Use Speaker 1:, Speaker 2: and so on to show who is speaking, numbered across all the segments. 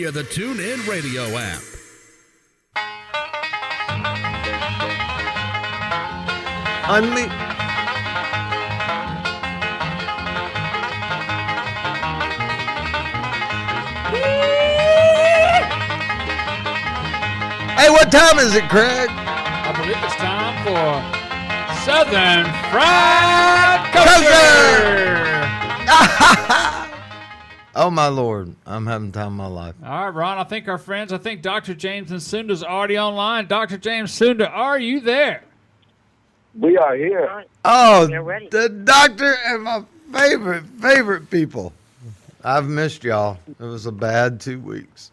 Speaker 1: via the TuneIn Radio app.
Speaker 2: Unle- hey, what time is it, Craig?
Speaker 3: I believe it's time for Southern Fried Culture.
Speaker 2: Oh my lord, I'm having time of my life.
Speaker 3: All right, Ron. I think our friends. I think Dr. James and Sunda's already online. Dr. James Sunda, are you there?
Speaker 4: We are here.
Speaker 2: Oh,
Speaker 5: They're ready.
Speaker 2: the doctor and my favorite favorite people. I've missed y'all. It was a bad two weeks.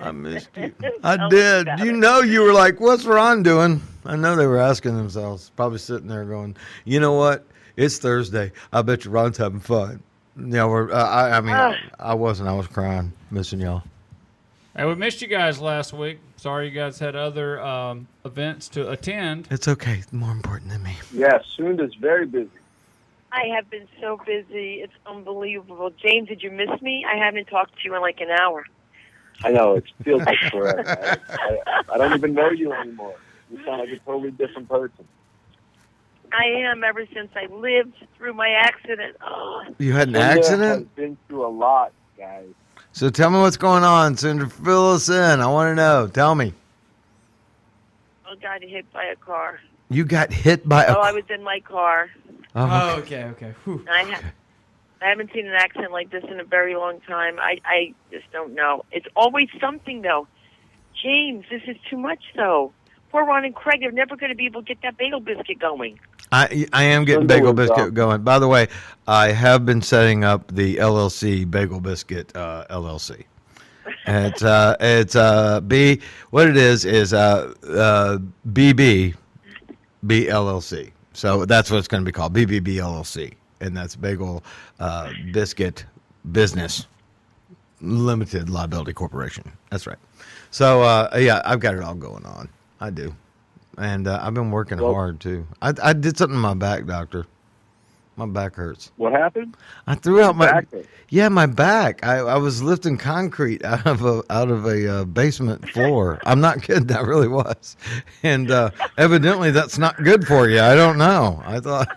Speaker 2: I missed you. I
Speaker 5: Tell us
Speaker 2: did.
Speaker 5: about
Speaker 2: You
Speaker 5: it.
Speaker 2: know, you were like, "What's Ron doing?" I know they were asking themselves, probably sitting there going, "You know what? It's Thursday. I bet you Ron's having fun." Yeah, we're. Uh, I, I mean,
Speaker 5: Ah.
Speaker 2: I wasn't. I was crying, missing y'all.
Speaker 3: Hey, we missed you guys last week. Sorry, you guys had other um, events to attend.
Speaker 2: It's okay. More important than me.
Speaker 4: Yes, Sunda's very busy.
Speaker 5: I have been so busy. It's unbelievable. James, did you miss me? I haven't talked to you in like an hour.
Speaker 4: I know it feels like forever. I, I, I don't even know you anymore. You sound like a totally different person.
Speaker 5: I am ever since I lived through my accident. Oh,
Speaker 2: You had an
Speaker 4: Sunda
Speaker 2: accident.
Speaker 4: Has been through a lot, guys.
Speaker 2: So tell me what's going on, Cinder. Fill us in. I want to know. Tell me.
Speaker 5: I got hit by a car.
Speaker 2: You got hit by a.
Speaker 5: Oh, I was in my car.
Speaker 2: Oh, okay.
Speaker 6: okay, okay. Whew.
Speaker 5: I ha- I haven't seen an accident like this in a very long time. I I just don't know. It's always something though. James, this is too much though. Poor Ron and Craig, they're never going to be able to get that bagel biscuit going.
Speaker 2: I I am getting
Speaker 4: Cinder
Speaker 2: bagel
Speaker 4: was
Speaker 2: biscuit
Speaker 4: up.
Speaker 2: going. By the way, I have been setting up the LLC bagel biscuit uh, LLC. And it's uh, it's uh, B. What it is is uh, uh, BB BLLC. So that's what it's going to be called BBB LLC, and that's Bagel uh, Biscuit Business Limited Liability Corporation. That's right. So uh, yeah, I've got it all going on. I do, and uh, I've been working
Speaker 4: Well-
Speaker 2: hard too. I, I did something to my back, doctor. My back hurts.
Speaker 4: What happened?
Speaker 2: I threw out my
Speaker 4: Back hurt?
Speaker 2: yeah, my back. I, I was lifting concrete out of a out of a uh, basement floor. I'm not kidding. I really was, and uh, evidently that's not good for you. I don't know. I thought,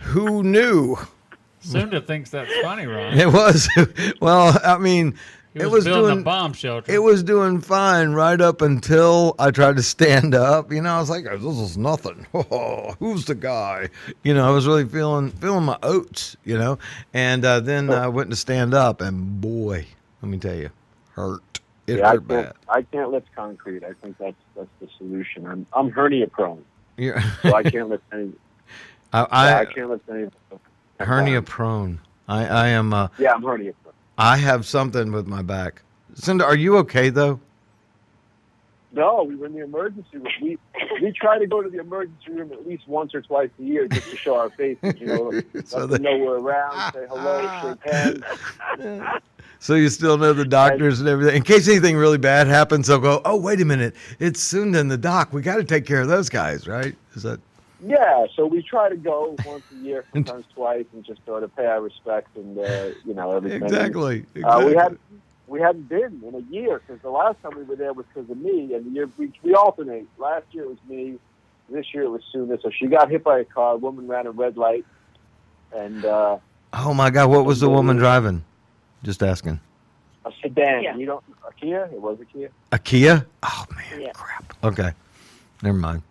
Speaker 2: who knew?
Speaker 3: Sunda thinks that's funny, Ron.
Speaker 2: It was well. I mean,
Speaker 3: He
Speaker 2: it
Speaker 3: was
Speaker 2: was
Speaker 3: building a
Speaker 2: doing
Speaker 3: bomb shelter.
Speaker 2: it was doing fine right up until I tried to stand up. You know, I was like, this is nothing. Oh, who's the guy? You know, I was really feeling feeling my oats. You know, and uh, then I went to stand up, and boy, let me tell you, hurt. It
Speaker 4: yeah, I
Speaker 2: hurt
Speaker 4: can't.
Speaker 2: bad.
Speaker 4: I can't lift concrete. I think that's that's the solution. I'm I'm hernia prone,
Speaker 2: Yeah.
Speaker 4: so I can't lift any.
Speaker 2: I,
Speaker 4: I,
Speaker 2: I,
Speaker 4: can't lift any. Uh,
Speaker 2: hernia prone. I, I am. Uh,
Speaker 4: Yeah, I'm hernia prone.
Speaker 2: I have something with my back. Cinda, are you okay though?
Speaker 4: No, we were in the emergency room. We we try to go to the emergency room at least once or twice a year just to show our faces. You know, let
Speaker 2: So
Speaker 4: them
Speaker 2: they-
Speaker 4: know we're around, say hello, shake hands.
Speaker 2: So you still know the doctors and everything. In case anything really bad happens, they'll go, "Oh, wait a minute, it's Sunda and the doc. We got to take care of those guys, right?" Is that
Speaker 4: Yeah, so we try to go once a year, sometimes twice, and just sort of pay our respects and uh, you know everything.
Speaker 2: exactly?
Speaker 4: Uh, we
Speaker 2: exactly.
Speaker 4: hadn't we hadn't been in a year because the last time we were there was because of me, and the year we, we alternate. Last year it was me, this year it was Suna. So she got hit by a car. A woman ran a red light, and uh,
Speaker 2: oh my God, what was the woman driving? Just asking.
Speaker 4: a sedan.
Speaker 5: Yeah.
Speaker 4: You don't a Kia? It was a Kia.
Speaker 2: A Kia? Oh man,
Speaker 5: Yeah.
Speaker 2: crap. Okay, never mind.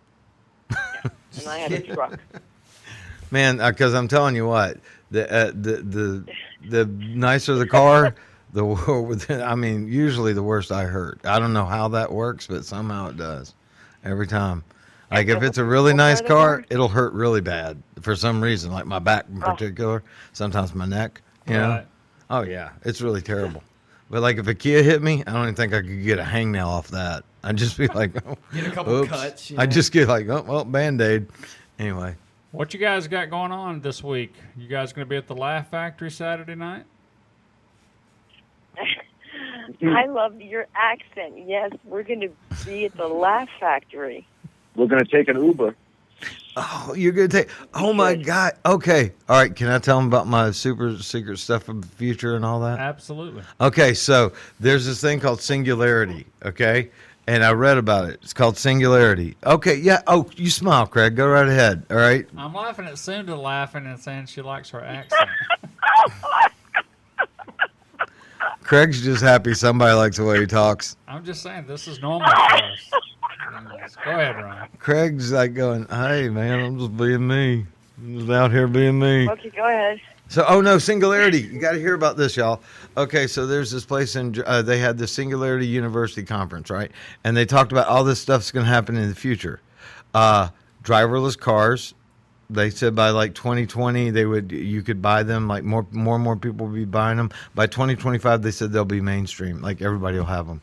Speaker 5: And I had a truck.
Speaker 2: Man, because I'm telling you what, the uh, the the the nicer the car, the wor- I mean, usually the worst I hurt. I don't know how that works, but somehow it does every time. Like if it's a really nice car, it'll hurt really bad for some reason, like my back in particular. Sometimes my neck. You know?
Speaker 3: Right.
Speaker 2: Oh yeah, it's really terrible. But like if a Kia hit me, I don't even think I could get a hangnail off that. I'd just be like, oh,
Speaker 6: Get a couple
Speaker 2: oops.
Speaker 6: cuts, you
Speaker 2: I
Speaker 6: know.
Speaker 2: just get like, oh well, band aid. Anyway.
Speaker 3: What you guys got going on this week? You guys going to be at the Laugh Factory Saturday night?
Speaker 5: I love your accent. Yes, we're going to be at the Laugh Factory.
Speaker 4: We're gonna take an Uber.
Speaker 2: Oh, you're gonna take. Oh my god. Okay. All right. Can I tell them about my super secret stuff of the future and all that?
Speaker 3: Absolutely.
Speaker 2: Okay. So there's this thing called singularity. Okay. And I read about it. It's called singularity. Okay. Yeah. Oh, you smile, Craig. Go right ahead. All right.
Speaker 3: I'm laughing at Sunda laughing and saying she likes her accent.
Speaker 2: Craig's just happy somebody likes the way he talks.
Speaker 3: I'm just saying this is normal for us. Anyways, Go ahead, Ryan.
Speaker 2: Craig's like going, "Hey, man, I'm just being me. I'm just out here being me."
Speaker 5: Okay, go ahead.
Speaker 2: So, oh no, Singularity! You got to hear about this, y'all. Okay, so there's this place in uh, they had the Singularity University conference, right? And they talked about all this stuff's going to happen in the future. Uh, driverless cars. They said by like 2020 they would you could buy them. Like more more and more people will be buying them. By 2025 they said they'll be mainstream. Like everybody will have them.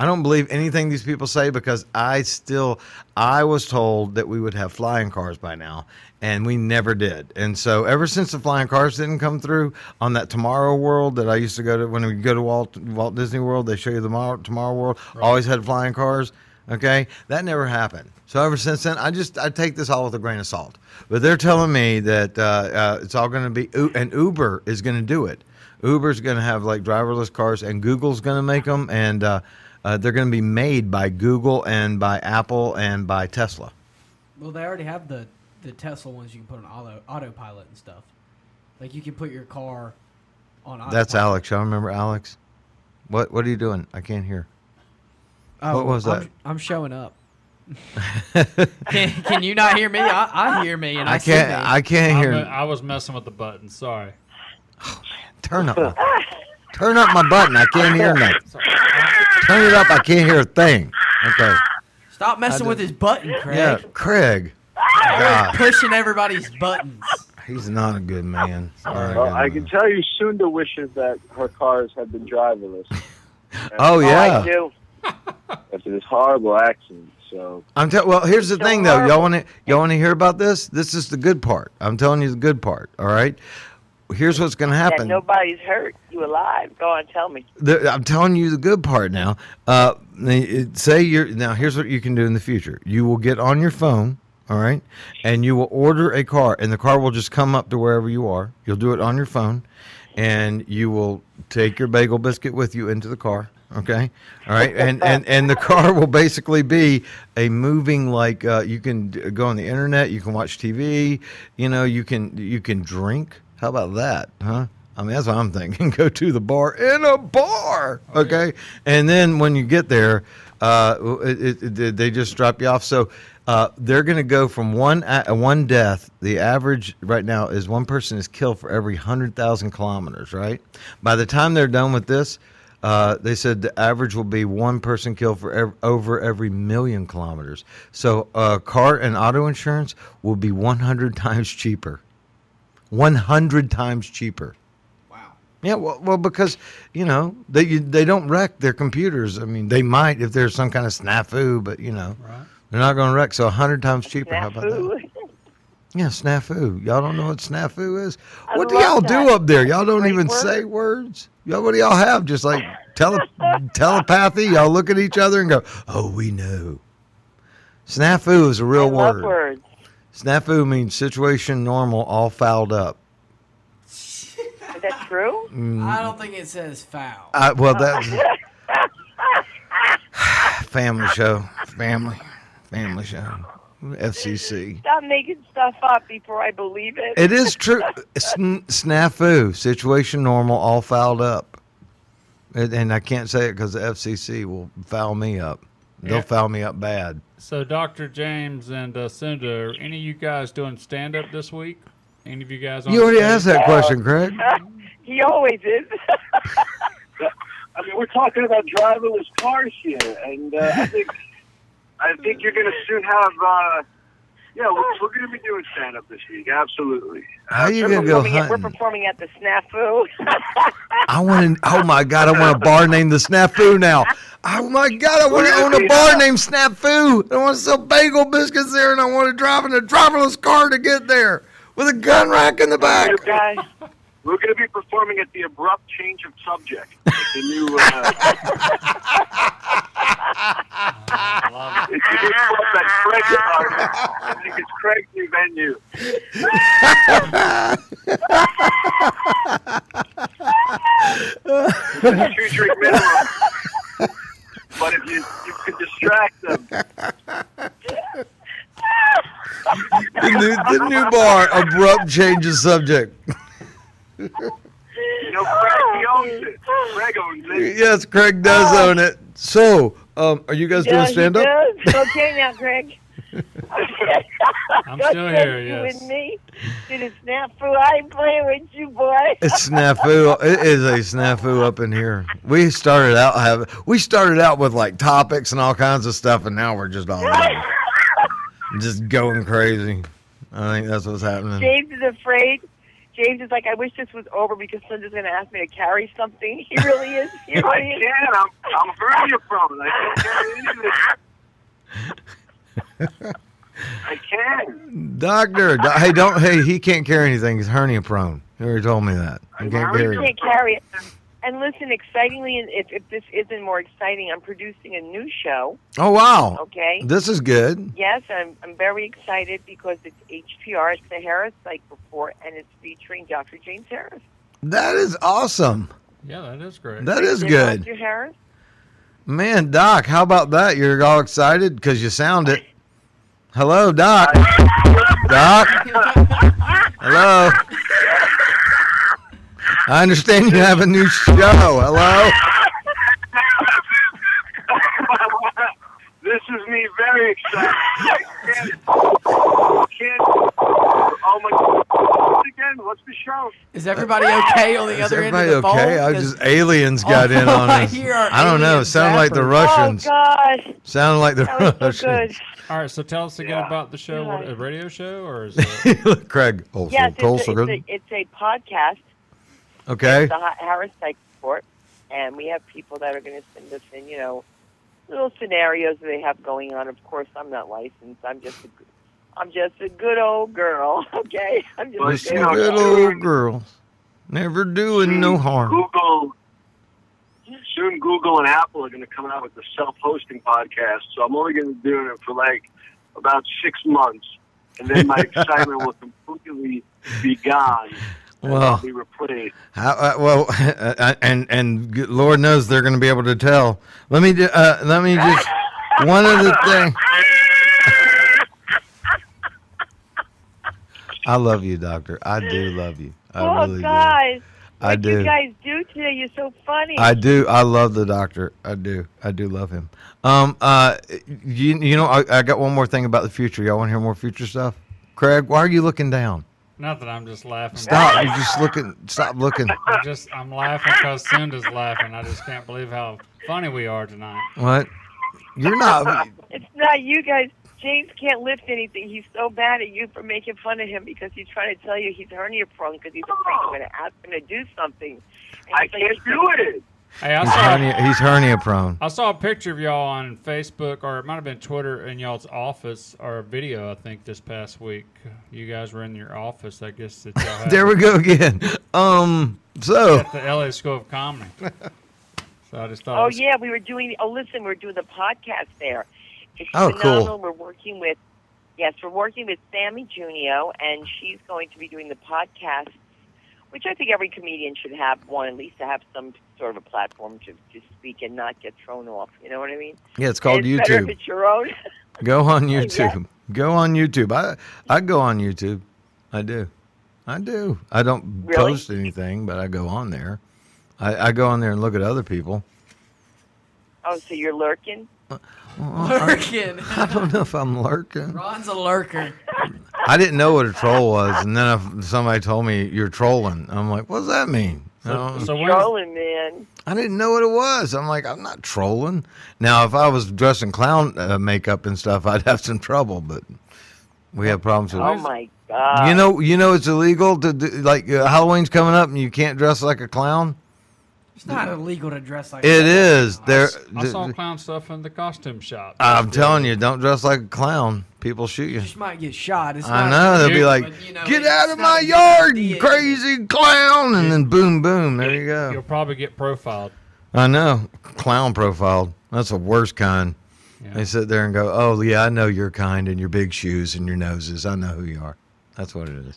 Speaker 2: I don't believe anything these people say because I still I was told that we would have flying cars by now and we never did. And so ever since the flying cars didn't come through on that Tomorrow World that I used to go to when we go to Walt Walt Disney World, they show you the Tomorrow, Tomorrow World always had flying cars, okay? That never happened. So ever since then, I just I take this all with a grain of salt. But they're telling me that uh, uh, it's all going to be U- and Uber is going to do it. Uber's going to have like driverless cars, and Google's going to make them, and uh, uh, they're going to be made by Google and by Apple and by Tesla.
Speaker 6: Well, they already have the the Tesla ones you can put on auto autopilot and stuff. Like you can put your car on. Autopilot.
Speaker 2: That's Alex. I remember Alex. What What are you doing? I can't hear. what was
Speaker 6: Oh, I'm,
Speaker 2: that?
Speaker 6: I'm showing up. can, can you not hear me? I, I hear me, and I,
Speaker 2: I can't.
Speaker 6: See me.
Speaker 2: I can't
Speaker 3: I'm
Speaker 2: hear.
Speaker 3: a- I was messing with the button. Sorry.
Speaker 2: Turn up. my- Turn up my button. I can't hear nothing. Turn it up. I can't hear a thing. Okay.
Speaker 6: Stop messing
Speaker 2: I
Speaker 6: with his button, Craig.
Speaker 2: Yeah, Craig.
Speaker 6: You're
Speaker 2: God,
Speaker 6: pushing everybody's buttons.
Speaker 2: he's not a good man. Not a
Speaker 4: Well,
Speaker 2: good
Speaker 4: I
Speaker 2: man.
Speaker 4: can tell you, Sunda wishes that her cars had been driverless
Speaker 2: Oh
Speaker 5: I
Speaker 2: yeah.
Speaker 5: do.
Speaker 4: after this horrible accident. So
Speaker 2: I'm tell. Well, here's the
Speaker 5: So
Speaker 2: thing though. Y'all
Speaker 5: horrible.
Speaker 2: want to y'all want to hear about this? This is the good part. I'm telling you the good part. All right. Here's what's going to
Speaker 5: That
Speaker 2: happen.
Speaker 5: nobody's hurt. You alive? Go on, tell me.
Speaker 2: the, I'm telling you the good part now. Uh, it- say you're now. Here's what you can do in the future. You will get on your phone, all right, and you will order a car, and the car will just come up to wherever you are. You'll do it on your phone, and you will take your bagel biscuit with you into the car. Okay, all right, and and and the car will basically be a moving like uh, you can d- go on the internet, you can watch TV, you know, you can you can drink. How about that, huh? I mean, that's what I'm thinking. Go to the bar in a bar, okay? And then when you get there, uh, it, it, it- they just drop you off. So uh, they're going to go from one a- uh, one death. The average right now is one person is killed for every hundred thousand kilometers. Right? By the time they're done with this, uh, they said the average will be one person killed for ev- over every million kilometers. So uh, car and auto insurance will be 100 times cheaper. 100 times cheaper.
Speaker 6: Wow.
Speaker 2: Yeah, well, well, because you know they you, they don't wreck their computers. I mean, they might if there's some kind of snafu, but you know
Speaker 3: Right.
Speaker 2: they're not going to wreck. So a hundred times cheaper. How about that?
Speaker 5: Snafu.
Speaker 2: Yeah, snafu. Y'all don't know what snafu is.
Speaker 5: I
Speaker 2: what do
Speaker 5: love
Speaker 2: y'all
Speaker 5: that.
Speaker 2: do up there? Y'all
Speaker 5: That's a
Speaker 2: don't
Speaker 5: great
Speaker 2: even
Speaker 5: word.
Speaker 2: say words. Y'all, what do y'all have? Just like tele- telepathy. Y'all look at each other and go, "Oh, we know." Snafu is a
Speaker 5: I
Speaker 2: real
Speaker 5: love
Speaker 2: word.
Speaker 5: words.
Speaker 2: Snafu means situation normal, all fouled up.
Speaker 5: Is that true?
Speaker 2: Mm.
Speaker 6: I don't think it says foul.
Speaker 2: I, Uh, well, that's family show, family, family show, FCC.
Speaker 5: Stop making stuff up before I believe it.
Speaker 2: It is true. Sn- snafu situation normal, all fouled up, and, and I can't say it because the FCC will foul me up. They'll
Speaker 3: Yeah.
Speaker 2: foul me up bad.
Speaker 3: So, Dr. James and uh, Sunda, are any of you guys doing stand up this week? Any of you guys on
Speaker 2: You already
Speaker 3: stage?
Speaker 2: asked that question, Craig.
Speaker 5: he always is.
Speaker 4: I mean, we're talking about driverless cars here, and uh, I think I think you're going to soon have. Uh, yeah, we're, we're going to be doing stand up this week. Absolutely.
Speaker 2: How you
Speaker 5: we're,
Speaker 2: gonna go
Speaker 5: performing at, we're
Speaker 2: hunting?
Speaker 5: performing at the snafu.
Speaker 2: I want to. Oh my God! I want a bar named the Snafu now. Oh my God! I want to own a bar named Snafu. I want to sell bagel biscuits there, and I want to drive in a driverless car to get there with a gun rack in the back.
Speaker 5: Guys,
Speaker 4: We're going to be performing at the abrupt change of subject. It's a new. Uh,
Speaker 3: I love it.
Speaker 4: it's a new It's like Craig. I think it's Craig's new venue. It's a two drink minimum. But if you you could distract them,
Speaker 2: The new, the new bar abrupt changes subject.
Speaker 4: you know Craig he owns it. Craig owns it.
Speaker 2: Yes, Craig does own it. So, um, are you guys
Speaker 5: Oh. Yeah,
Speaker 2: doing
Speaker 5: he
Speaker 2: stand up?
Speaker 5: does. Okay, now, Greg.
Speaker 3: I'm still here.
Speaker 5: You
Speaker 3: Yes.
Speaker 5: and me did a snafu. I ain't playing with you, boy.
Speaker 2: It's snafu. It is a snafu up in here. We started out having we started out with like topics and all kinds of stuff, and now we're just all over. just going crazy. I think that's what's happening.
Speaker 5: James is afraid. James is like, I wish this was over because Linda's going to ask me to carry something. He really is. He
Speaker 4: I
Speaker 5: really is.
Speaker 4: can. I'm I'm averting you from it. I can't carry any of this. I can.
Speaker 2: Doctor, do- hey, don't hey, he can't carry anything. He's hernia prone. He already told me that. He can't
Speaker 5: You
Speaker 2: carry. it.
Speaker 5: can't carry it. And listen, excitingly, and if, if this isn't more exciting, I'm producing a new show.
Speaker 2: Oh wow.
Speaker 5: Okay.
Speaker 2: This is good.
Speaker 5: Yes, I'm, I'm very excited because it's HPR. It's the Harris Psych Report, and it's featuring Dr. James Harris.
Speaker 2: That is awesome.
Speaker 3: Yeah, that is great.
Speaker 2: That is
Speaker 5: Isn't it
Speaker 2: good.
Speaker 5: Dr. Harris.
Speaker 2: Man, Doc, how about that? You're all excited because you sound it. Hello, Doc. Doc. Hello. I understand you have a new show. Hello.
Speaker 4: this is me very excited. I can't. can't oh my God. Again, what's the show?
Speaker 6: Is everybody okay on the
Speaker 2: Is
Speaker 6: other end
Speaker 2: everybody
Speaker 6: of the phone?
Speaker 2: okay? I
Speaker 6: 'Cause-
Speaker 2: just aliens got in on
Speaker 6: I
Speaker 2: us.
Speaker 6: hear our
Speaker 2: I don't know.
Speaker 6: alien
Speaker 2: Sound like the
Speaker 6: zapper.
Speaker 2: Russians.
Speaker 5: Oh, gosh.
Speaker 2: Sound like the
Speaker 5: That was so good.
Speaker 2: Russians.
Speaker 3: All right, so tell us again
Speaker 4: Yeah.
Speaker 3: about the show. What,
Speaker 5: Yeah.
Speaker 3: a radio show or is it?
Speaker 2: Craig, also,
Speaker 5: Yes, it's
Speaker 2: also
Speaker 5: a,
Speaker 2: good.
Speaker 5: it's, a, it's a podcast,
Speaker 2: okay.
Speaker 5: the Ha- Harris Psych Report, and we have people that are going to send us in, you know, little scenarios that they have going on. Of course, I'm not licensed. I'm just a, g- I'm just a good old girl. Okay, I'm just.
Speaker 4: Well,
Speaker 2: Just
Speaker 4: you
Speaker 2: a
Speaker 4: know,
Speaker 2: good old girl. Never doing no harm.
Speaker 4: Google. Soon, Google and Apple are going to come out with a self-hosting podcast. So I'm only going to be doing it for like about six months, and then my excitement will completely be gone. and I'll
Speaker 2: Well.
Speaker 4: be replaced.
Speaker 2: How, uh, well, uh, and and g- Lord knows they're going to be able to tell. Let me ju- uh, let me just one other thing. I love you, Doctor. I do love you. I
Speaker 5: oh
Speaker 2: really do.
Speaker 5: guys,
Speaker 2: I
Speaker 5: what you
Speaker 2: do.
Speaker 5: guys do today? You're so funny.
Speaker 2: I do. I love the Doctor. I do. I do love him. Um. Uh. You. You know. I, I got one more thing about the future. Y'all want to hear more future stuff? Craig, why are you looking down?
Speaker 3: Not that I'm just laughing.
Speaker 2: Stop. You're just looking. Stop looking.
Speaker 3: I'm just I'm laughing because Cinda's laughing. I just can't believe how funny we are tonight.
Speaker 2: What? You're not.
Speaker 5: it's not you guys. James can't lift anything. He's so mad at you for making fun of him because he's trying to tell you he's hernia prone because he's afraid you're going to ask him to do something. And
Speaker 4: I
Speaker 5: he's like,
Speaker 4: can't do it.
Speaker 3: Hey, I
Speaker 2: He's
Speaker 3: saw
Speaker 2: hernia, he's hernia prone.
Speaker 3: I saw a picture of y'all on Facebook or it might have been Twitter in y'all's office or a video I think this past week. You guys were in your office, I guess that y'all
Speaker 5: Oh,
Speaker 3: had
Speaker 2: There we go again. Um. So
Speaker 3: at the LA School of Comedy. So I just thought. it
Speaker 5: Oh
Speaker 3: was-
Speaker 5: yeah, we were doing. Oh listen, we're doing the podcast there. It's
Speaker 2: Oh, cool.
Speaker 5: phenomenal. We're working with yes, we're working with Sammy Junio, and she's going to be doing the podcast, which I think every comedian should have one at least to have some sort of a platform to to speak and not get thrown off. You know what I mean?
Speaker 2: yeah, it's called
Speaker 5: it's Better if
Speaker 2: YouTube.
Speaker 5: it's your own.
Speaker 2: Go on YouTube. Go on YouTube. I I go on YouTube. I do. I do. I don't
Speaker 5: Really?
Speaker 2: post anything, but I go on there. I, I go on there and look at other people.
Speaker 5: oh, so you're lurking.
Speaker 6: lurking.
Speaker 2: I don't know if I'm lurking.
Speaker 6: Ron's a lurker.
Speaker 2: I didn't know what a troll was, and then if somebody told me you're trolling. I'm like, what does that mean? I
Speaker 3: So,
Speaker 2: don't-
Speaker 3: so when's-
Speaker 5: Trolling, man.
Speaker 2: I didn't know what it was. I'm like, I'm not trolling. Now, if I was dressed in clown uh, makeup and stuff, I'd have some trouble. But we have problems with.
Speaker 5: Oh my god.
Speaker 2: you know, you know, it's illegal to do, like uh, Halloween's coming up, and you can't dress like a clown.
Speaker 6: It's not illegal to dress like
Speaker 2: It
Speaker 6: that.
Speaker 2: is there.
Speaker 3: I saw clown stuff in the costume shop.
Speaker 2: I'm telling you, don't dress like a clown. People shoot you.
Speaker 6: You just might get shot. It's
Speaker 2: I
Speaker 6: not
Speaker 2: know they'll be
Speaker 3: you,
Speaker 2: like,
Speaker 6: but, you know,
Speaker 2: "Get
Speaker 6: it's
Speaker 2: out of
Speaker 6: not
Speaker 2: my
Speaker 6: a good
Speaker 2: yard,
Speaker 6: idea.
Speaker 2: you crazy clown!" And then boom, boom, there you go.
Speaker 3: You'll probably get profiled.
Speaker 2: I know. Clown profiled. That's the worst kind. They sit there and go, "Oh yeah, I know your kind and your big shoes and your noses. I know who you are." That's what it is.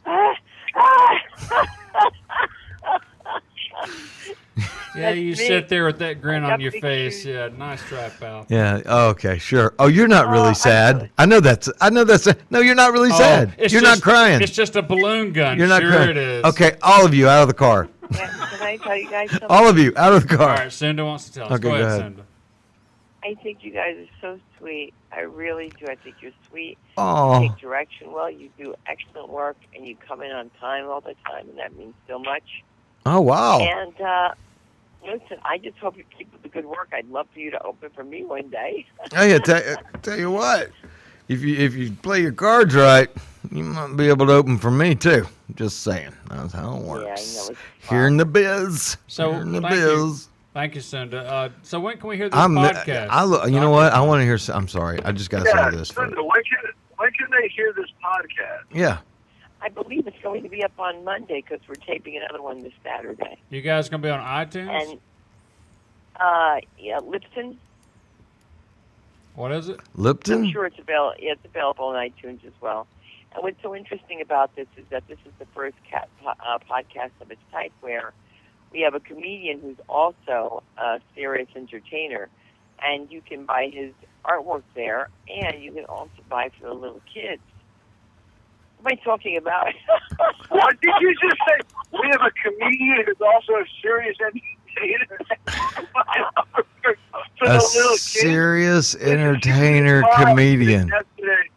Speaker 3: Yeah,
Speaker 5: That's
Speaker 3: you
Speaker 5: me.
Speaker 3: sit there with that grin
Speaker 5: I
Speaker 3: on
Speaker 5: got
Speaker 3: your
Speaker 5: big
Speaker 3: face.
Speaker 5: shoes.
Speaker 3: Yeah, nice try, pal.
Speaker 2: Yeah. oh, okay. Sure. Oh, you're not
Speaker 5: Oh,
Speaker 2: really
Speaker 5: I
Speaker 2: sad. I know that's. I know that's. No, you're not really
Speaker 3: Oh,
Speaker 2: sad.
Speaker 3: it's
Speaker 2: You're
Speaker 3: just-
Speaker 2: not crying.
Speaker 3: It's just a balloon gun.
Speaker 2: You're not
Speaker 3: sure
Speaker 2: crying.
Speaker 3: it is.
Speaker 2: Okay, all of you out of the car.
Speaker 5: Yeah, Can I tell you guys something?
Speaker 2: All of you out of the
Speaker 3: All
Speaker 2: car.
Speaker 3: right, Cinda wants to tell us.
Speaker 2: Okay,
Speaker 3: go
Speaker 2: go
Speaker 3: ahead,
Speaker 2: ahead.
Speaker 3: Cinda.
Speaker 5: I think you guys are so sweet. I really do. I think you're sweet. You
Speaker 2: Oh,
Speaker 5: take direction well. You do excellent work, and you come in on time all the time, and that means so much.
Speaker 2: oh wow.
Speaker 5: And uh, listen, I just hope you keep up the good work. I'd love for you to open for me one day.
Speaker 2: Hey, I tell, tell you what, if you if you play your cards right, you might be able to open for me too. Just saying, that's how it
Speaker 5: I know
Speaker 2: works.
Speaker 5: it's
Speaker 2: Here in the biz.
Speaker 3: So,
Speaker 2: Here in the
Speaker 3: thank you.
Speaker 2: biz.
Speaker 3: Thank you, Cinda. Uh, so when can we hear this
Speaker 2: I'm.
Speaker 3: podcast?
Speaker 2: I look. You know what? I want to hear. s- I'm sorry. I just got to say this. first.
Speaker 4: Linda, why can why can they hear this podcast?
Speaker 2: Yeah.
Speaker 5: I believe it's going to be up on Monday because we're taping another one this Saturday.
Speaker 3: You guys gonna be on iTunes?
Speaker 5: And uh, yeah, Lipson.
Speaker 3: what is it?
Speaker 2: Lipton.
Speaker 5: I'm sure it's available. Yeah, it's available on iTunes as well. And what's so interesting about this is that this is the first cat, po- uh, podcast of its type where we have a comedian who's also a serious entertainer, and you can buy his artwork there, and you can also buy for the little kids. What am I talking about?
Speaker 4: What did you just say? We have a comedian who's also a serious entertainer. For
Speaker 2: a
Speaker 4: the little kids.
Speaker 2: serious
Speaker 4: Listen, she was
Speaker 2: entertainer
Speaker 4: in a car
Speaker 2: comedian.
Speaker 4: accident Yesterday.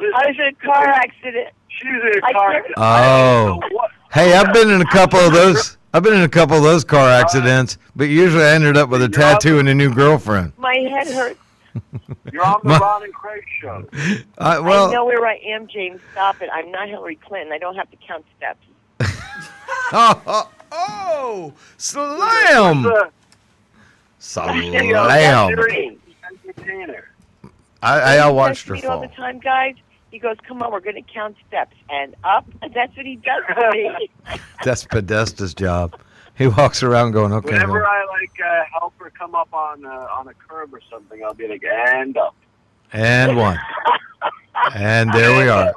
Speaker 5: I was
Speaker 4: Listen,
Speaker 5: in a car accident.
Speaker 4: she was in
Speaker 5: I
Speaker 4: a car
Speaker 5: can't-
Speaker 4: accident.
Speaker 2: Oh.
Speaker 4: I don't know what-
Speaker 2: Hey, I've been in a couple of those. I've been in a couple of those car accidents, but usually I ended up with a
Speaker 4: You're out
Speaker 2: tattoo and a new girlfriend.
Speaker 5: My head hurts.
Speaker 4: You're on the
Speaker 2: My-
Speaker 4: Ron and Craig show.
Speaker 2: I,
Speaker 5: I know
Speaker 2: well,
Speaker 5: where I am, James. Stop it. I'm not Hillary Clinton. I don't have to count steps.
Speaker 2: oh, oh, oh, slam,
Speaker 4: The
Speaker 2: slam.
Speaker 4: serious entertainer.
Speaker 2: I, I, I watched
Speaker 5: texts
Speaker 2: her
Speaker 5: me all
Speaker 2: fall.
Speaker 5: the time, guys. He goes, "Come on, we're going to count steps and up." And that's what he does for me.
Speaker 2: That's Podesta's job. He walks around going, okay,
Speaker 4: Whenever
Speaker 2: well,
Speaker 4: I like uh, help her come up on uh, on a curb or something, I'll be like, and uh, up.
Speaker 2: and one, and there we are.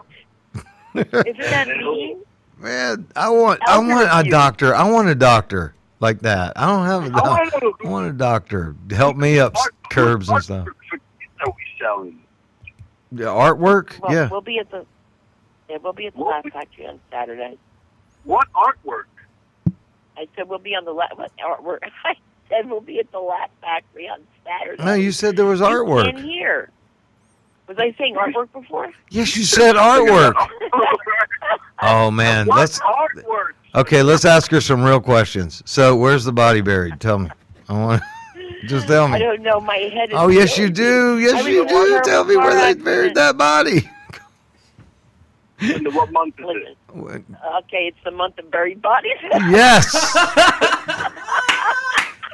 Speaker 5: Isn't that mean?
Speaker 2: Man, I want, I
Speaker 5: Elder
Speaker 2: want a
Speaker 5: abuse.
Speaker 2: doctor. I want a doctor like that. I don't have a
Speaker 4: I
Speaker 2: doctor.
Speaker 4: want to know
Speaker 2: I want a doctor to help me up s-
Speaker 4: what
Speaker 2: curbs and
Speaker 4: art
Speaker 2: stuff.
Speaker 4: for kids Are we selling?
Speaker 2: The artwork,
Speaker 5: Well,
Speaker 2: yeah.
Speaker 5: we'll be at the yeah, we'll be at the
Speaker 4: What?
Speaker 5: Laugh Factory on Saturday.
Speaker 4: What artwork?
Speaker 5: I said we'll be on the La- what, or we're, I said we'll be at the Laugh Factory on Saturday.
Speaker 2: No, you said there was
Speaker 5: In
Speaker 2: artwork.
Speaker 5: here. Was I saying artwork before?
Speaker 2: Yes, you said artwork. Oh man,
Speaker 4: what
Speaker 2: let's
Speaker 4: artwork?
Speaker 2: okay. Let's ask her some real questions. So, where's the body buried? Tell me. I want. Just tell
Speaker 5: I
Speaker 2: me.
Speaker 5: don't know. My head. Is
Speaker 2: Oh yes, you
Speaker 5: killing me.
Speaker 2: do.
Speaker 5: I
Speaker 2: Yes,
Speaker 5: was
Speaker 2: you
Speaker 5: in a
Speaker 2: do.
Speaker 5: horrible
Speaker 2: Tell me
Speaker 5: car
Speaker 2: where they
Speaker 5: accident.
Speaker 2: buried that body.
Speaker 4: Linda, what month is
Speaker 5: Listen,
Speaker 4: it?
Speaker 5: Okay, it's the month of buried bodies.
Speaker 2: Yes.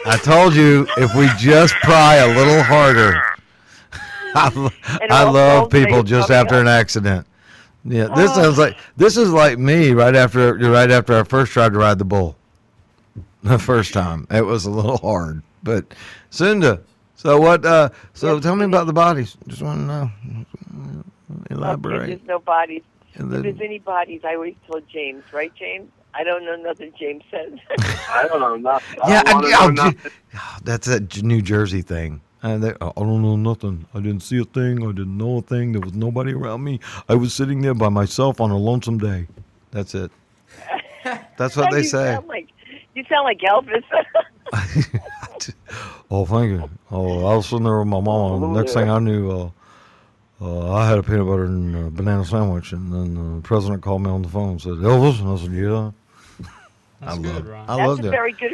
Speaker 2: I told you if we just pry a little harder. I, lo-
Speaker 5: And
Speaker 2: I
Speaker 5: all
Speaker 2: love
Speaker 5: those things
Speaker 2: people just
Speaker 5: coming
Speaker 2: after
Speaker 5: up.
Speaker 2: an accident. Yeah, this sounds like this is like me right after right after I first tried to ride the bull. The first time it was a little hard, but Cinda. So what? Uh, so tell me about the bodies. Just want to know.
Speaker 5: Okay,
Speaker 2: Elaborate.
Speaker 5: there's no bodies.
Speaker 2: And
Speaker 5: If
Speaker 2: then-
Speaker 5: there's any bodies, I always told James, right, James? I don't know nothing James says.
Speaker 4: I don't know nothing.
Speaker 2: Yeah, I-
Speaker 4: I don't wanna
Speaker 2: I'll
Speaker 4: know
Speaker 2: ju-
Speaker 4: nothing.
Speaker 2: that's that J- New Jersey thing. And they, I don't know nothing. I didn't see a thing. I didn't know a thing. There was nobody around me. I was sitting there by myself on a lonesome day. That's it. That's what they
Speaker 5: you
Speaker 2: say.
Speaker 5: Sound like, you sound like Elvis.
Speaker 2: oh, thank you. Oh, I was sitting there with my mama. And next thing I knew, uh, uh, I had a peanut butter and uh, banana sandwich. And then uh, the president called me on the phone and said, Elvis? And I said, yeah.
Speaker 3: That's
Speaker 2: I
Speaker 3: good,
Speaker 2: love
Speaker 3: Ron.
Speaker 2: I
Speaker 5: That's
Speaker 2: loved
Speaker 5: a
Speaker 2: it.
Speaker 5: very good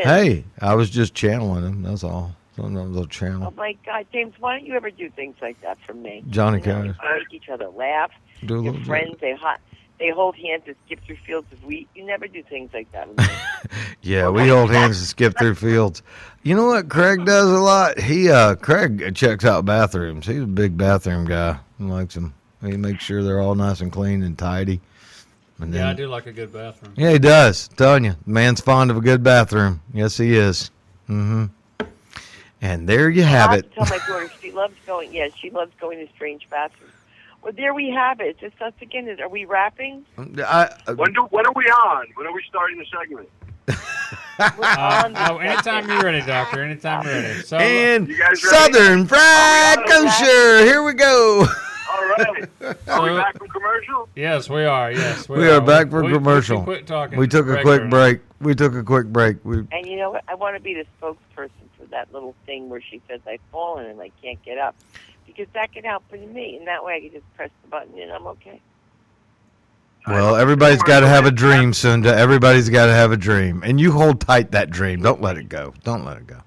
Speaker 2: Hey, I was just channeling him. That's all. Sometimes I'll
Speaker 5: Oh
Speaker 2: channel.
Speaker 5: my God, James! Why don't you ever do things like that for me?
Speaker 2: Johnny
Speaker 5: You know,
Speaker 2: Cash.
Speaker 5: you make each other laugh.
Speaker 2: Do a
Speaker 5: Your
Speaker 2: little bit.
Speaker 5: friends, they hot, they hold hands and skip through fields of wheat. You never do things like that. With me.
Speaker 2: Yeah, we hold hands and skip through fields. You know what Craig does a lot? He uh Craig checks out bathrooms. He's a big bathroom guy. He likes them. He makes sure they're all nice and clean and tidy. And
Speaker 3: Yeah, I
Speaker 2: then,
Speaker 3: do like a good bathroom.
Speaker 2: yeah, he does. Telling you, man's fond of a good bathroom. Yes, he is. Mm-hmm. And And there you have
Speaker 5: I
Speaker 2: it.
Speaker 5: tell my daughter she loves going. Yes, she loves going to strange bathrooms. Well, there we have it. It's us again. Is- Are we wrapping?
Speaker 2: I, uh,
Speaker 4: When do when are we on? When are we starting the segment?
Speaker 3: Uh, oh, anytime you're ready, Doctor. Anytime you're ready. So,
Speaker 2: and
Speaker 4: You guys ready? Oh
Speaker 2: Southern Fried
Speaker 5: Are we out of
Speaker 2: Kosher. Here we go.
Speaker 4: All right. Are
Speaker 2: Uh,
Speaker 4: we
Speaker 3: So-
Speaker 4: back from commercial?
Speaker 3: yes, we are. Yes, we,
Speaker 2: We are back for
Speaker 3: we,
Speaker 2: commercial.
Speaker 3: We, quit talking
Speaker 2: We took a
Speaker 3: regularly.
Speaker 2: quick break. We took a quick break. We
Speaker 5: And you know what? I want to be the spokesperson for that little thing where she says I've fallen and I can't get up, because that could happen to me, and that way I can just press the button and I'm okay.
Speaker 2: well, everybody's got to have a dream, Sunda. Everybody's got to have a dream, and you hold tight that dream. Don't let it go. Don't let it go.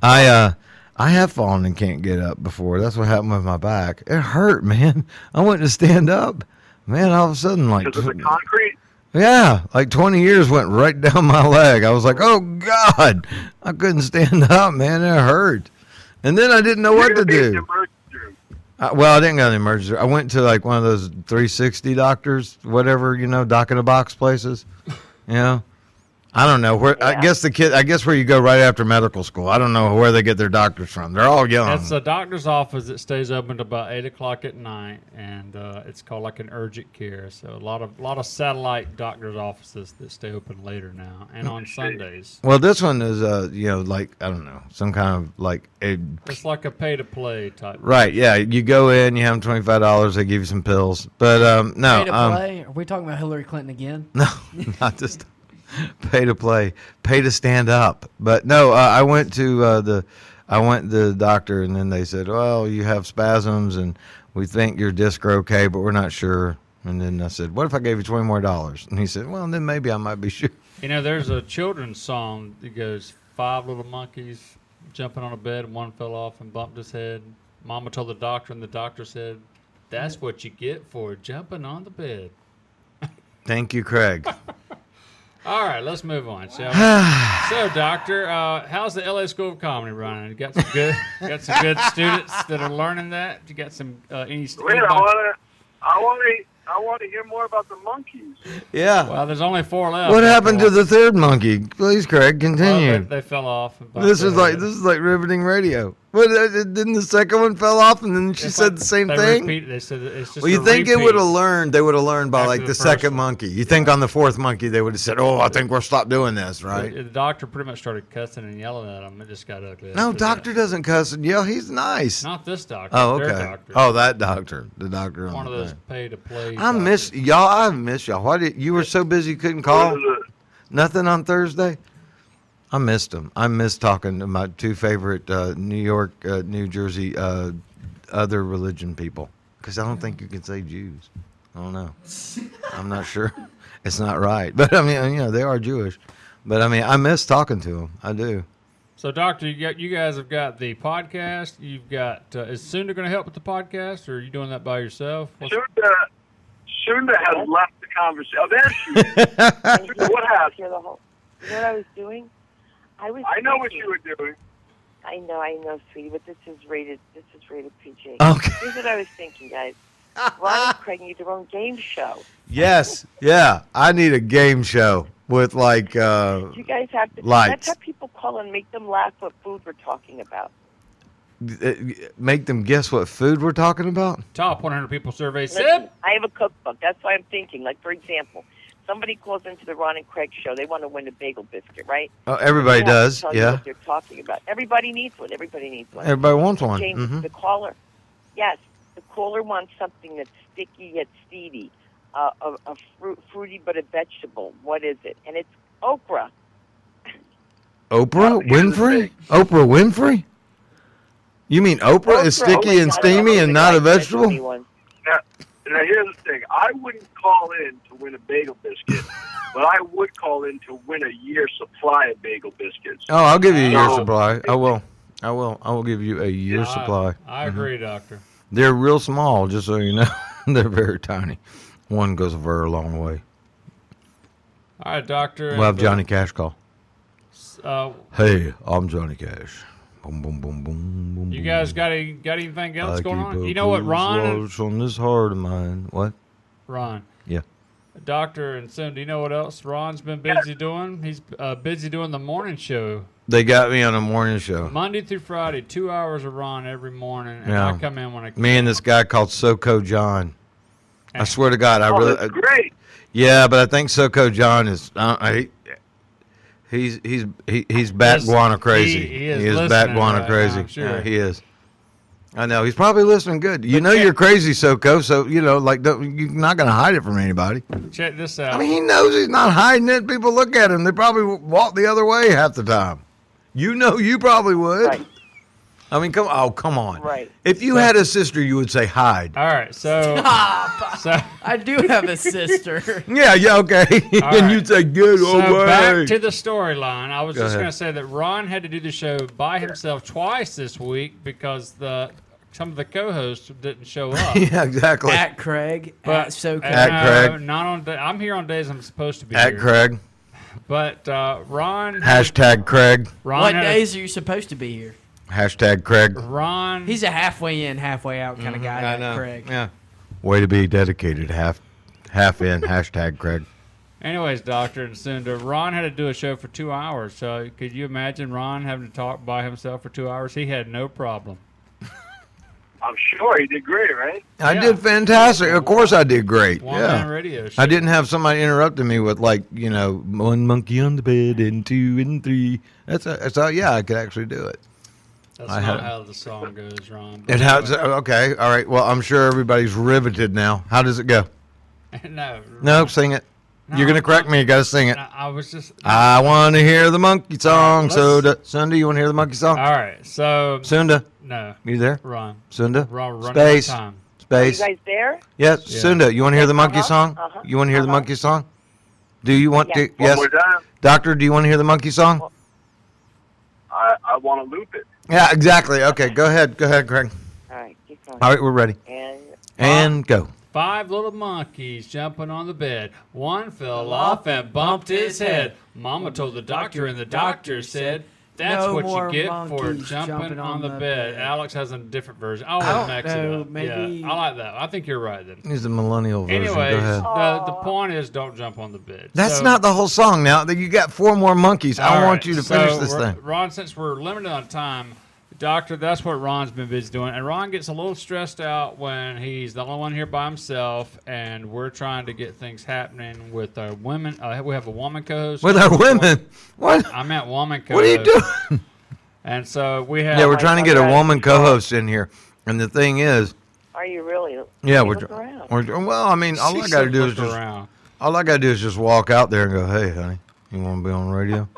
Speaker 2: I uh, I have fallen and can't get up before. That's what happened with my back. It hurt, man. I went to stand up, man. All of a sudden, like
Speaker 4: Because of the concrete.
Speaker 2: yeah, like twenty years went right down my leg. I was like, oh god, I couldn't stand up, man. It hurt, and then I didn't know what to
Speaker 4: You're gonna be in the
Speaker 2: do.
Speaker 4: emergency room.
Speaker 2: Uh, well, I didn't go to the emergency. I went to like one of those 360 doctors, whatever you know, doc in a box places. You know, I don't know where. I
Speaker 5: Yeah.
Speaker 2: guess the kid. I guess where you go right after medical school. I don't know where they get their doctors from. They're all young.
Speaker 3: It's a doctor's office that stays open to about eight o'clock at night, and uh, it's called like an urgent care. So a lot of lot of satellite doctors' offices that stay open later now, and
Speaker 2: Oh,
Speaker 3: on Sundays.
Speaker 2: well, this one is uh, you know, like I don't know, some kind of like a
Speaker 3: It's like a pay to play type.
Speaker 2: right. Yeah, you go in, you have them twenty five dollars, they give you some pills. But um, no,
Speaker 6: Pay to
Speaker 2: um,
Speaker 6: play? Are we talking about Hillary Clinton again?
Speaker 2: No, not just pay to play, pay to stand up. But no, uh, I went to uh, the I went to the doctor, and then they said, "Well, you have spasms, and we think your discs are okay, but we're not sure." And then I said, "What if I gave you twenty more dollars?" And he said, "Well, then maybe I might be sure."
Speaker 3: You know, there's a children's song that goes five little monkeys jumping on a bed, one fell off and bumped his head. Mama told the doctor, and the doctor said, "That's what you get for jumping on the bed."
Speaker 2: Thank you, Craig.
Speaker 3: All right, let's move on, shall we? so, Doctor, uh, how's the LA School of Comedy running? You got some good, got some good students that are learning that. You got some uh, any?
Speaker 4: Wait, I wanna, I wanna, I wanna hear more about the monkeys.
Speaker 2: Yeah.
Speaker 3: well, there's only four left.
Speaker 2: what
Speaker 3: after
Speaker 2: happened to
Speaker 3: one.
Speaker 2: the third monkey? Please, Craig,
Speaker 3: Well, they,
Speaker 2: continue.
Speaker 3: they fell off. and bumped
Speaker 2: this is
Speaker 3: their
Speaker 2: like
Speaker 3: head.
Speaker 2: this is like riveting radio. What uh, didn't the second one fell off, and then she
Speaker 3: It's
Speaker 2: said
Speaker 3: like
Speaker 2: the same
Speaker 3: they
Speaker 2: thing?
Speaker 3: repeat- they said that it's just
Speaker 2: Well, you
Speaker 3: a
Speaker 2: think they
Speaker 3: repeat.
Speaker 2: would have learned? They would have learned by
Speaker 3: After
Speaker 2: like
Speaker 3: the
Speaker 2: the,
Speaker 3: first
Speaker 2: second
Speaker 3: one.
Speaker 2: monkey. You think on the fourth monkey they would have said, "Oh, I think we'll stop doing this," right?
Speaker 3: The, the doctor pretty much started cussing and yelling at him. It just got ugly.
Speaker 2: No,
Speaker 3: after that.
Speaker 2: doctor doesn't cuss and yell. He's nice.
Speaker 3: Not this doctor.
Speaker 2: oh,
Speaker 3: their
Speaker 2: okay.
Speaker 3: doctor.
Speaker 2: Oh, that doctor, the doctor on
Speaker 3: One of
Speaker 2: the
Speaker 3: those
Speaker 2: thing.
Speaker 3: pay to play.
Speaker 2: I miss y'all. I miss y'all. Why did you were so busy you couldn't call? Nothing on Thursday. I missed them. I missed talking to my two favorite uh, New York, uh, New Jersey, uh, other religion people. Because I don't think you can say Jews. I don't know. I'm not sure. It's not right. But I mean, you know, they are Jewish. But I mean, I miss talking to them. I do.
Speaker 3: So, Doctor, you got you guys have got the podcast. You've got uh, is Sunda going to help with the podcast, or are you doing that by yourself? What's-
Speaker 4: Shunda, Shunda has left the conversation. Oh, there she is.
Speaker 5: And he
Speaker 4: What happened?
Speaker 5: hear the whole. You know what I was doing? I was.
Speaker 4: I know what
Speaker 5: thinking-
Speaker 4: you were doing.
Speaker 5: I know, I know, sweetie, but this is rated. This is rated PG.
Speaker 2: Okay.
Speaker 5: Here's what I was thinking, guys. Ron and Craig need their own game show.
Speaker 2: Yes. Yeah. I need a game show with like. Uh,
Speaker 5: You guys have to.
Speaker 2: Lights.
Speaker 5: Let's have people call and make them laugh what food we're talking about.
Speaker 2: uh, make them guess what food we're talking about.
Speaker 3: Top 100 people survey
Speaker 5: Listen,
Speaker 3: said
Speaker 5: I have a cookbook. That's why I'm thinking. Like for example, somebody calls into the Ron and Craig show. They want to win a bagel biscuit, right?
Speaker 2: Oh, everybody
Speaker 5: They have to
Speaker 2: does.
Speaker 5: Tell You
Speaker 2: Yeah.
Speaker 5: what they're talking about. Everybody needs one. Everybody needs one.
Speaker 2: Everybody wants one.
Speaker 5: James,
Speaker 2: hmm
Speaker 5: the caller. Yes, the caller wants something that's sticky yet seedy, uh, a, a fruit, fruity but a vegetable. What is it? And it's okra.
Speaker 2: Oprah
Speaker 4: here's the
Speaker 2: Winfrey? Oprah Winfrey? You mean Oprah, is
Speaker 5: Okra, oh
Speaker 2: sticky
Speaker 5: my
Speaker 2: and
Speaker 5: God,
Speaker 2: steamy
Speaker 5: I'm
Speaker 2: and
Speaker 5: gonna
Speaker 2: not
Speaker 5: die
Speaker 2: a
Speaker 5: if that's what
Speaker 2: vegetable?
Speaker 5: we want.
Speaker 4: Now, now, here's the thing. I wouldn't call in to win a bagel biscuit, but I would call in to win a year's supply of bagel biscuits.
Speaker 2: Oh, I'll give you a year
Speaker 4: No.
Speaker 2: supply. I will. I will. I will give you a year
Speaker 3: I-
Speaker 2: supply. Mm-hmm.
Speaker 3: I agree, Doctor.
Speaker 2: They're real small, just so you know. They're very tiny. One goes a very long way.
Speaker 3: All right, Doctor.
Speaker 2: We'll have
Speaker 3: and, uh,
Speaker 2: Johnny Cash call.
Speaker 3: Uh,
Speaker 2: Hey, I'm Johnny Cash. Boom, boom, boom, boom, boom.
Speaker 3: you
Speaker 2: boom.
Speaker 3: guys got any, got anything else
Speaker 2: I
Speaker 3: going
Speaker 2: keep
Speaker 3: on?
Speaker 2: a
Speaker 3: You know what,
Speaker 2: close
Speaker 3: Ron?
Speaker 2: watch on this heart of mine. What?
Speaker 3: Ron.
Speaker 2: Yeah.
Speaker 3: Doctor and Sim, do you know what else Ron's been busy doing? He's uh, busy doing the morning show.
Speaker 2: They got me on a morning show.
Speaker 3: Monday through Friday, two hours of Ron every morning, and I
Speaker 2: Yeah.
Speaker 3: come in when I can.
Speaker 2: Me and this guy called Soko John. I swear to God, I
Speaker 4: Oh,
Speaker 2: really.
Speaker 4: that's
Speaker 2: I-
Speaker 4: great.
Speaker 2: yeah, but I think Soko John is. Uh, I, he's he's he, he's bat
Speaker 3: He's-
Speaker 2: guana crazy.
Speaker 3: he is
Speaker 2: bat
Speaker 3: listening
Speaker 2: guana
Speaker 3: right now,
Speaker 2: crazy.
Speaker 3: I'm sure.
Speaker 2: Yeah, he is. I know he's probably listening good. You know you're crazy, Soko. So you know, like, don't, you're not going to hide it from anybody.
Speaker 3: Check this out.
Speaker 2: I mean, he knows he's not hiding it. People look at him; they probably walk the other way half the time. You know, you probably would.
Speaker 5: Right.
Speaker 2: I mean, come oh, come on.
Speaker 5: Right.
Speaker 2: If you had a sister, you would say hide.
Speaker 3: All right, so so,
Speaker 7: I do have a sister.
Speaker 2: Yeah, yeah, okay. and
Speaker 3: right.
Speaker 2: you'd say good oh,
Speaker 3: so
Speaker 2: away.
Speaker 3: back to the storyline. I was
Speaker 2: Go
Speaker 3: just
Speaker 2: ahead.
Speaker 3: going to say that Ron had to do the show by himself twice this week because the some of the co-hosts didn't show up.
Speaker 2: yeah, exactly. At,
Speaker 7: at Craig,
Speaker 3: But
Speaker 7: at SoCal.
Speaker 3: and,
Speaker 2: At
Speaker 3: uh,
Speaker 2: Craig.
Speaker 3: Not on. da- I'm here on days I'm supposed to be. here.
Speaker 2: Craig.
Speaker 3: But uh, Ron.
Speaker 2: Hashtag Craig.
Speaker 3: Ron
Speaker 7: what
Speaker 3: had a-
Speaker 7: days are you supposed to be here?
Speaker 2: Hashtag Craig.
Speaker 3: Ron.
Speaker 7: He's a halfway in, halfway out kind of guy. that Craig.
Speaker 2: Mm-hmm, Yeah. Way to be dedicated. Half, half in. hashtag Craig.
Speaker 3: Anyways, Doctor and Cinder, Ron had to do a show for two hours. So could you imagine Ron having to talk by himself for two hours? He had no problem.
Speaker 4: I'm sure he did great, right?
Speaker 2: I
Speaker 3: Yeah.
Speaker 2: did fantastic. Of course, I did great.
Speaker 3: One
Speaker 2: yeah.
Speaker 3: man radio show.
Speaker 2: I didn't have somebody interrupting me with like you know one monkey on the bed and two and three. That's a, that's all. Yeah, I could actually do it.
Speaker 3: That's
Speaker 2: I
Speaker 3: not
Speaker 2: had-
Speaker 3: how the song goes, Ron.
Speaker 2: It has okay. All right. Well, I'm sure everybody's riveted now. How does it go?
Speaker 3: no.
Speaker 2: No, sing it. You're
Speaker 3: No,
Speaker 2: gonna correct me. You gotta sing it.
Speaker 3: no, I was just.
Speaker 2: I want to hear the monkey song. So,
Speaker 3: let's-
Speaker 2: Sunda, you want to hear the monkey song?
Speaker 3: All right. So
Speaker 2: Sunda,
Speaker 3: no,
Speaker 2: you there?
Speaker 3: Ron.
Speaker 2: Sunda,
Speaker 3: Ron, running out of
Speaker 2: space,
Speaker 3: time.
Speaker 5: Are you
Speaker 2: space.
Speaker 5: guys there?
Speaker 2: Yes,
Speaker 3: Yeah.
Speaker 2: Sunda, you want to hear the monkey
Speaker 5: Uh-huh,
Speaker 2: song?
Speaker 5: uh-huh,
Speaker 2: You want to hear the
Speaker 5: uh-huh.
Speaker 2: monkey song? Do you want
Speaker 5: Yes.
Speaker 2: to?
Speaker 4: One
Speaker 2: Yes,
Speaker 4: more time.
Speaker 2: doctor. Do you want to hear the monkey song?
Speaker 4: I, I want to loop it.
Speaker 2: Yeah, exactly. Okay, go ahead. Go ahead, Craig.
Speaker 5: All right, keep going.
Speaker 2: All right, we're ready.
Speaker 5: And
Speaker 2: And go.
Speaker 3: Five little monkeys jumping on the bed. One fell off and bumped his head. Mama told the doctor, and the doctor said, "That's
Speaker 7: No
Speaker 3: what
Speaker 7: more
Speaker 3: you get for
Speaker 7: monkeys
Speaker 3: jumping, on the, bed. Alex has a different version. I'll
Speaker 7: I don't
Speaker 3: max
Speaker 7: know,
Speaker 3: it up.
Speaker 7: maybe-
Speaker 3: Yeah, I like that. I think you're right then.
Speaker 2: Here's the millennial version. go
Speaker 3: Anyways,
Speaker 5: Oh.
Speaker 2: ahead.
Speaker 3: the, the point is, don't jump on the bed.
Speaker 2: That's
Speaker 3: So-
Speaker 2: not the whole song. Now that you got four more monkeys, I
Speaker 3: All
Speaker 2: want
Speaker 3: right,
Speaker 2: you to
Speaker 3: so
Speaker 2: finish this
Speaker 3: we're-
Speaker 2: thing.
Speaker 3: Ron, since we're limited on time, Doctor, that's what Ron's been busy doing. And Ron gets a little stressed out when he's the only one here by himself, and we're trying to get things happening with our women. Uh, we have a woman co-host.
Speaker 2: With our women, what?
Speaker 3: I meant woman co-host.
Speaker 2: What are you doing?
Speaker 3: And so we have.
Speaker 2: Yeah, we're
Speaker 5: my
Speaker 2: trying to get a
Speaker 5: God.
Speaker 2: woman co-host in here, and the thing is,
Speaker 5: are you really?
Speaker 2: yeah,
Speaker 5: Hey,
Speaker 2: we're,
Speaker 5: look
Speaker 2: tr-
Speaker 5: around.
Speaker 2: we're well. I mean, all I
Speaker 3: She
Speaker 2: got to
Speaker 3: said
Speaker 2: do is
Speaker 3: look
Speaker 2: just
Speaker 3: around.
Speaker 2: all I got to do is just walk out there and go, "Hey, honey, you want to be on the radio?"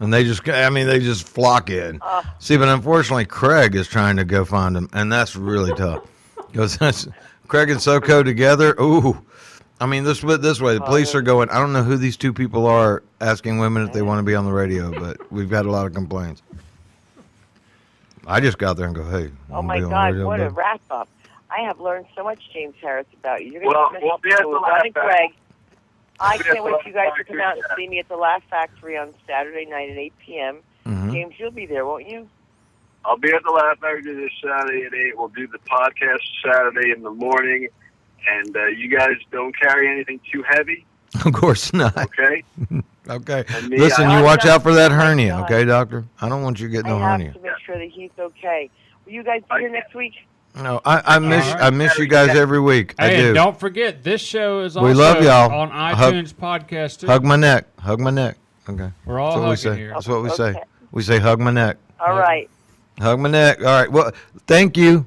Speaker 2: and they just, I mean, they just flock in.
Speaker 5: Ah.
Speaker 2: See, but unfortunately, Craig is trying to go find them, and that's really tough because that's Craig and Soko together. Ooh. I mean, this wa- this way, the police are going. I don't know who these two people are asking women if they want to be on the radio, but we've got a lot of complaints. I just got there and go, hey.
Speaker 5: Oh
Speaker 2: wanna
Speaker 5: my
Speaker 2: be on the
Speaker 5: God,
Speaker 2: radio,
Speaker 5: what a
Speaker 2: babe?"
Speaker 5: wrap up! I have learned so much, James Harris, about you. You're gonna
Speaker 4: Well,
Speaker 5: be
Speaker 4: we'll be at the Laugh
Speaker 5: Ron and
Speaker 4: Factory.
Speaker 5: Craig. I
Speaker 4: We'll be at
Speaker 5: can't
Speaker 4: the
Speaker 5: wait
Speaker 4: Laugh
Speaker 5: for you guys to come
Speaker 4: Factory,
Speaker 5: out and
Speaker 4: yeah.
Speaker 5: see me at the Laugh Factory on Saturday night at 8 p.m.
Speaker 2: Mm-hmm.
Speaker 5: James, you'll be there, won't you?
Speaker 4: I'll be at the Laugh Factory this Saturday at 8. We'll do the podcast Saturday in the morning. And uh, you guys don't carry anything too heavy,
Speaker 2: Of course not.
Speaker 4: okay?
Speaker 2: Okay.
Speaker 4: And me,
Speaker 2: Listen,
Speaker 4: I-
Speaker 2: you watch out for that hernia,
Speaker 5: God.
Speaker 2: okay, doctor? I don't want you getting a
Speaker 5: I have
Speaker 2: hernia.
Speaker 5: to make sure that he's okay. Will you guys be
Speaker 4: I-
Speaker 5: here next week?
Speaker 2: No, I, I miss
Speaker 3: right.
Speaker 2: I miss you guys every week. I
Speaker 3: Hey, and
Speaker 2: do.
Speaker 3: don't forget, this show is also
Speaker 2: We love y'all.
Speaker 3: on
Speaker 2: Hug-
Speaker 3: iTunes podcast too.
Speaker 2: Hug my neck. Hug my neck. Okay.
Speaker 3: We're
Speaker 2: That's what
Speaker 3: all
Speaker 2: we
Speaker 3: hugging
Speaker 2: say.
Speaker 3: here.
Speaker 2: That's what we say.
Speaker 5: Okay.
Speaker 2: We say hug my neck.
Speaker 5: All right.
Speaker 2: Hug my neck. All right. Well, thank you.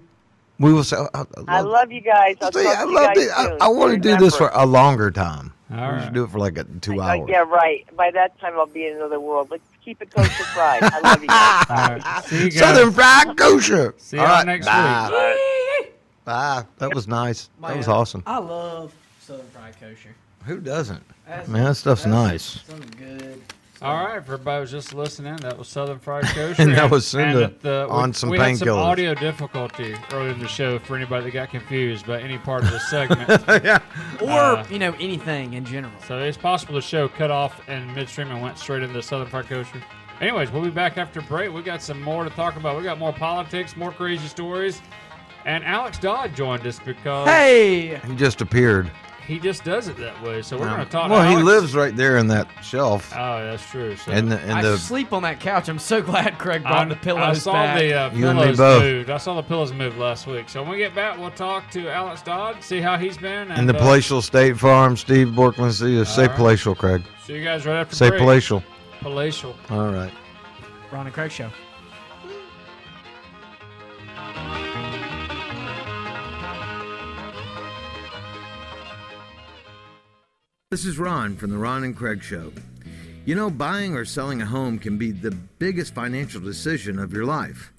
Speaker 2: We will say. I, I love,
Speaker 5: I love you guys. I'll
Speaker 2: See,
Speaker 5: talk
Speaker 2: I
Speaker 5: to
Speaker 2: love
Speaker 5: you
Speaker 2: it.
Speaker 5: guys
Speaker 2: I,
Speaker 5: soon.
Speaker 2: I want to do this for
Speaker 5: Remember.
Speaker 2: a longer time.
Speaker 3: All
Speaker 2: we
Speaker 3: right.
Speaker 2: should do it for like a two
Speaker 5: Uh,
Speaker 2: hours.
Speaker 5: yeah, right. By that time, I'll be in another world. Let's keep it kosher fried. I love you guys. Bye.
Speaker 3: All right. See you guys.
Speaker 2: Southern fried kosher.
Speaker 3: See y'all next
Speaker 2: bye.
Speaker 3: week.
Speaker 2: Bye. That was nice. That was
Speaker 6: Man,
Speaker 2: awesome.
Speaker 6: I love Southern Fried Kosher.
Speaker 2: Who doesn't?
Speaker 6: That's-
Speaker 2: Man, that stuff's
Speaker 6: that's
Speaker 2: nice.
Speaker 6: Something good.
Speaker 3: All right, for everybody who was just listening. That was Southern Fried Kosher,
Speaker 2: And that was Cinda
Speaker 3: and the- we-
Speaker 2: on some
Speaker 3: We had some
Speaker 2: painkillers.
Speaker 3: audio difficulty earlier in the show for anybody that got confused by any part of the segment.
Speaker 2: yeah.
Speaker 7: Or,
Speaker 3: Uh,
Speaker 7: you know, anything in general.
Speaker 3: so it's possible the show cut off in midstream and went straight into Southern Fried Kosher. Anyways, we'll be back after break. We got some more to talk about. We got more politics, more crazy stories, and Alex Dodd joined us because
Speaker 7: Hey!
Speaker 2: He just appeared.
Speaker 3: he just does it that way. So we're
Speaker 2: Um,
Speaker 3: going to talk. to
Speaker 2: well, he
Speaker 3: Alex.
Speaker 2: lives right there in that shelf.
Speaker 3: Oh, that's true. So
Speaker 2: And the, and
Speaker 7: I
Speaker 2: the
Speaker 7: sleep on that couch. I'm so glad Craig
Speaker 3: I,
Speaker 7: brought the
Speaker 3: I
Speaker 7: pillows
Speaker 3: saw
Speaker 7: back.
Speaker 3: the uh,
Speaker 2: You and me
Speaker 3: pillows
Speaker 2: both.
Speaker 3: moved. I saw the pillows moved last week. So when we get back, we'll talk to Alex Dodd, see how he's been. And,
Speaker 2: in the
Speaker 3: uh,
Speaker 2: palatial state farm, Steve Borkman. See you. Say
Speaker 3: right.
Speaker 2: palatial, Craig.
Speaker 3: See you guys right after
Speaker 2: Say
Speaker 3: break.
Speaker 2: palatial.
Speaker 3: Palatial.
Speaker 2: All right.
Speaker 3: uh,
Speaker 7: Ron and Craig show.
Speaker 2: This is Ron from The Ron and Craig Show. You know, buying or selling a home can be the biggest financial decision of your life.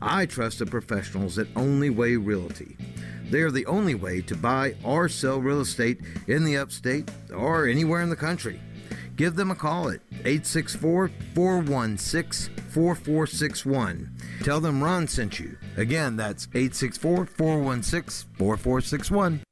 Speaker 2: I trust the professionals at Only Way Realty. They are the only way to buy or sell real estate in the upstate or anywhere in the country. Give them a call at 864 416 4461. Tell them Ron sent you. Again, that's 864 416 4461.